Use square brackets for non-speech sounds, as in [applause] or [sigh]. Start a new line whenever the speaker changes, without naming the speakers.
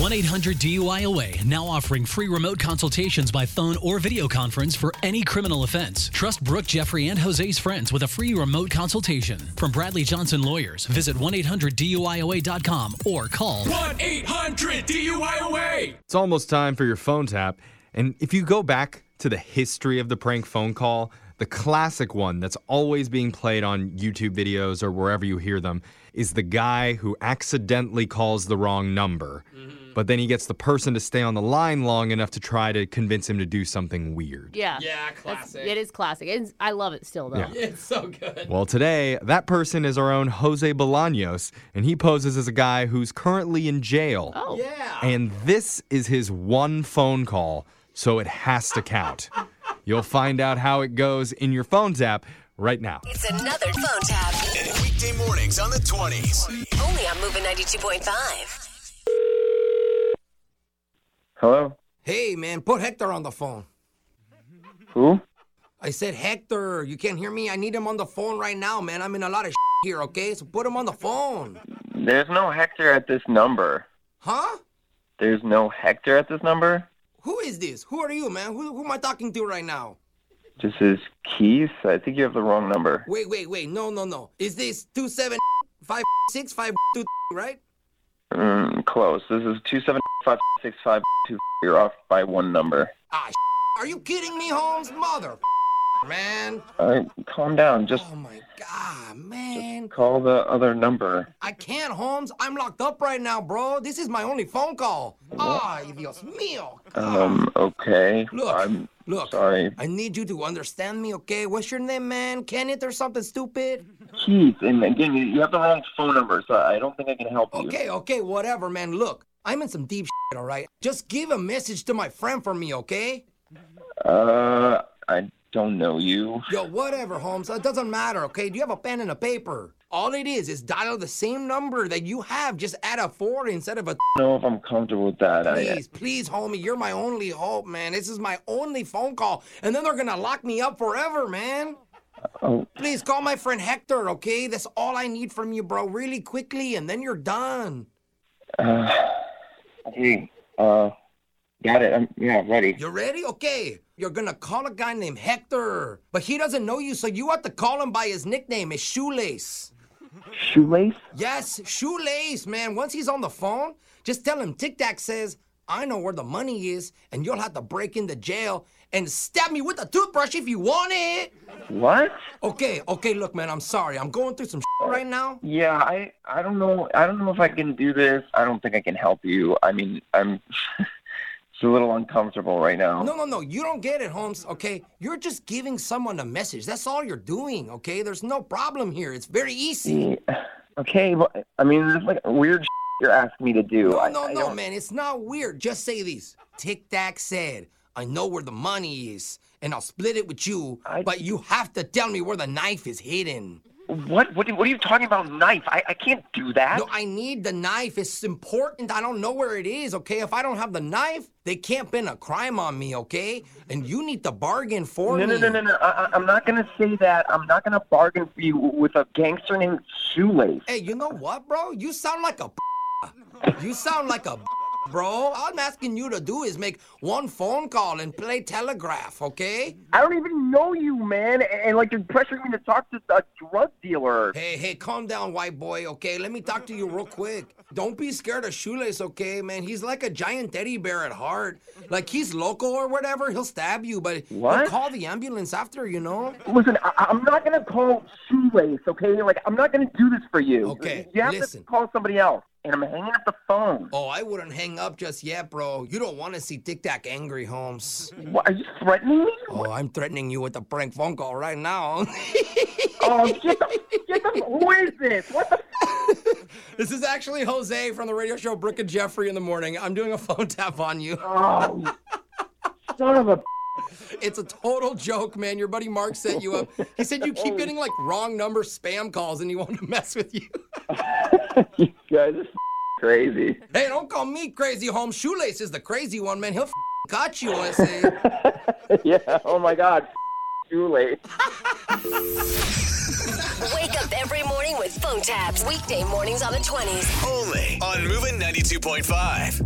1 800 DUIOA now offering free remote consultations by phone or video conference for any criminal offense. Trust Brooke, Jeffrey, and Jose's friends with a free remote consultation. From Bradley Johnson Lawyers, visit 1 800 DUIOA.com or call
1 800 DUIOA.
It's almost time for your phone tap. And if you go back to the history of the prank phone call, the classic one that's always being played on YouTube videos or wherever you hear them is the guy who accidentally calls the wrong number. But then he gets the person to stay on the line long enough to try to convince him to do something weird.
Yeah.
Yeah,
That's-
classic.
it is classic. It's, I love it still, though.
It's so good.
Well, today, that person is our own Jose Bolaños, and he poses as a guy who's currently in jail.
Oh.
Yeah.
And this is his one phone call, so it has to count. You'll find out how it goes in your phone's app right now.
It's another phone tap.
Weekday mornings on the 20s.
Only on Moving 92.5.
Hello?
Hey, man, put Hector on the phone.
Who?
I said, Hector, you can't hear me? I need him on the phone right now, man. I'm in a lot of here, okay? So put him on the phone.
There's no Hector at this number.
Huh?
There's no Hector at this number.
Who is this? Who are you, man? Who, who am I talking to right now?
This is Keith. I think you have the wrong number.
Wait, wait, wait. No, no, no. Is this 2756522, right?
Mm, close. This is two seven five six five two. You're off by one number.
Ah, are you kidding me, Holmes? Mother, man.
All right, calm down. Just
Oh, my God, man.
call the other number.
I can't, Holmes. I'm locked up right now, bro. This is my only phone call. Ah, Dios mío.
Um, okay.
Look,
I'm
look.
sorry.
I need you to understand me, okay? What's your name, man? Kenneth or something stupid?
Keith, and again, you- you have the wrong phone number, so I don't think I can help you.
Okay, okay, whatever, man. Look, I'm in some deep shit, all right? Just give a message to my friend for me, okay?
Uh, I don't know you.
Yo, whatever, Holmes. It doesn't matter, okay? Do you have a pen and a paper? All it is is dial the same number that you have, just add a four instead of a
I don't know if I'm comfortable with that. I,
please, please, homie. You're my only hope, man. This is my only phone call. And then they're gonna lock me up forever, man.
oh,
Please call my friend Hector, okay? That's all I need from you, bro. Really quickly, and then you're done.
hey, uh, got it. I'm, yeah, ready.
You ready? Okay. You're gonna call a guy named Hector, but he doesn't know you, so you have to call him by his nickname, his shoelace.
shoelace?
Yes, shoelace, man. Once he's on the phone, just tell him Tic Tac says, I know where the money is, and you'll have to break into jail and stab me with a toothbrush if you want it.
What?
Okay, okay, look, man, I'm sorry. I'm going through some shit right now.
Yeah, I I don't know. I don't know if I can do this. I don't think I can help you. I mean, I'm [laughs] it's a little uncomfortable right now.
No, no, no, you don't get it, Holmes, okay? You're just giving someone a message. That's all you're doing, okay? There's no problem here. It's very easy.
[sighs] Okay, well, I mean, this is like weird you're asking me to do.
No,
I,
no,
I
no,
don't-
man. It's not weird. Just say these. Tic Tac said, I know where the money is, and I'll split it with you,
I-
but you have to tell me where the knife is hidden.
What? What? What are you talking about? Knife? I, I can't do that.
No, I need the knife. It's important. I don't know where it is, okay? If I don't have the knife, they can't pin a crime on me, okay? And you need to bargain for
no,
me.
no, no, no, no. I, I- I'm not gonna say that. I'm not gonna bargain for you with a gangster named Shoelace.
Hey, you know what, bro? You sound like a. [laughs] you sound like a. [laughs] Bro, all I'm asking you to do is make one phone call and play telegraph, okay?
I don't even know you, man. And, and like you're pressuring me to talk to a drug dealer.
Hey, hey, calm down, white boy, okay? Let me talk to you real quick. Don't be scared of Shoelace, okay, man? He's like a giant teddy bear at heart. Like he's local or whatever, he'll stab you, but
What?
he'll call the ambulance after, you know?
Listen, I, I'm not gonna call shoelace, okay? Like, I'm not gonna do this for you.
Okay,
you have
listen.
to call somebody else, and I'm hanging up the phone.
Oh, I wouldn't hang up just yet, bro. You don't want to see Tic Tac angry, Holmes.
What, are you threatening me?
Mm-hmm. Oh, I'm threatening you with a prank phone call right now. [laughs]
Oh, get the, get the, who is this? What the?
[laughs] This is actually Jose from the radio show Brooke and Jeffrey in the morning. I'm doing a phone tap on you.
Oh, you son of a. [laughs]
It's a total joke, man. Your buddy Mark set you up. He said you keep getting like wrong number spam calls and he wanted to mess with you. [laughs]
You guys are crazy. [laughs]
Hey, don't call me crazy, Holmes. Shoelace is the crazy one, man. He'll f- got you, I say.
yeah. Oh my God. Shoelace.
Wake up every morning with phone taps. Weekday mornings on the 20s.
Only on Moving 92.5.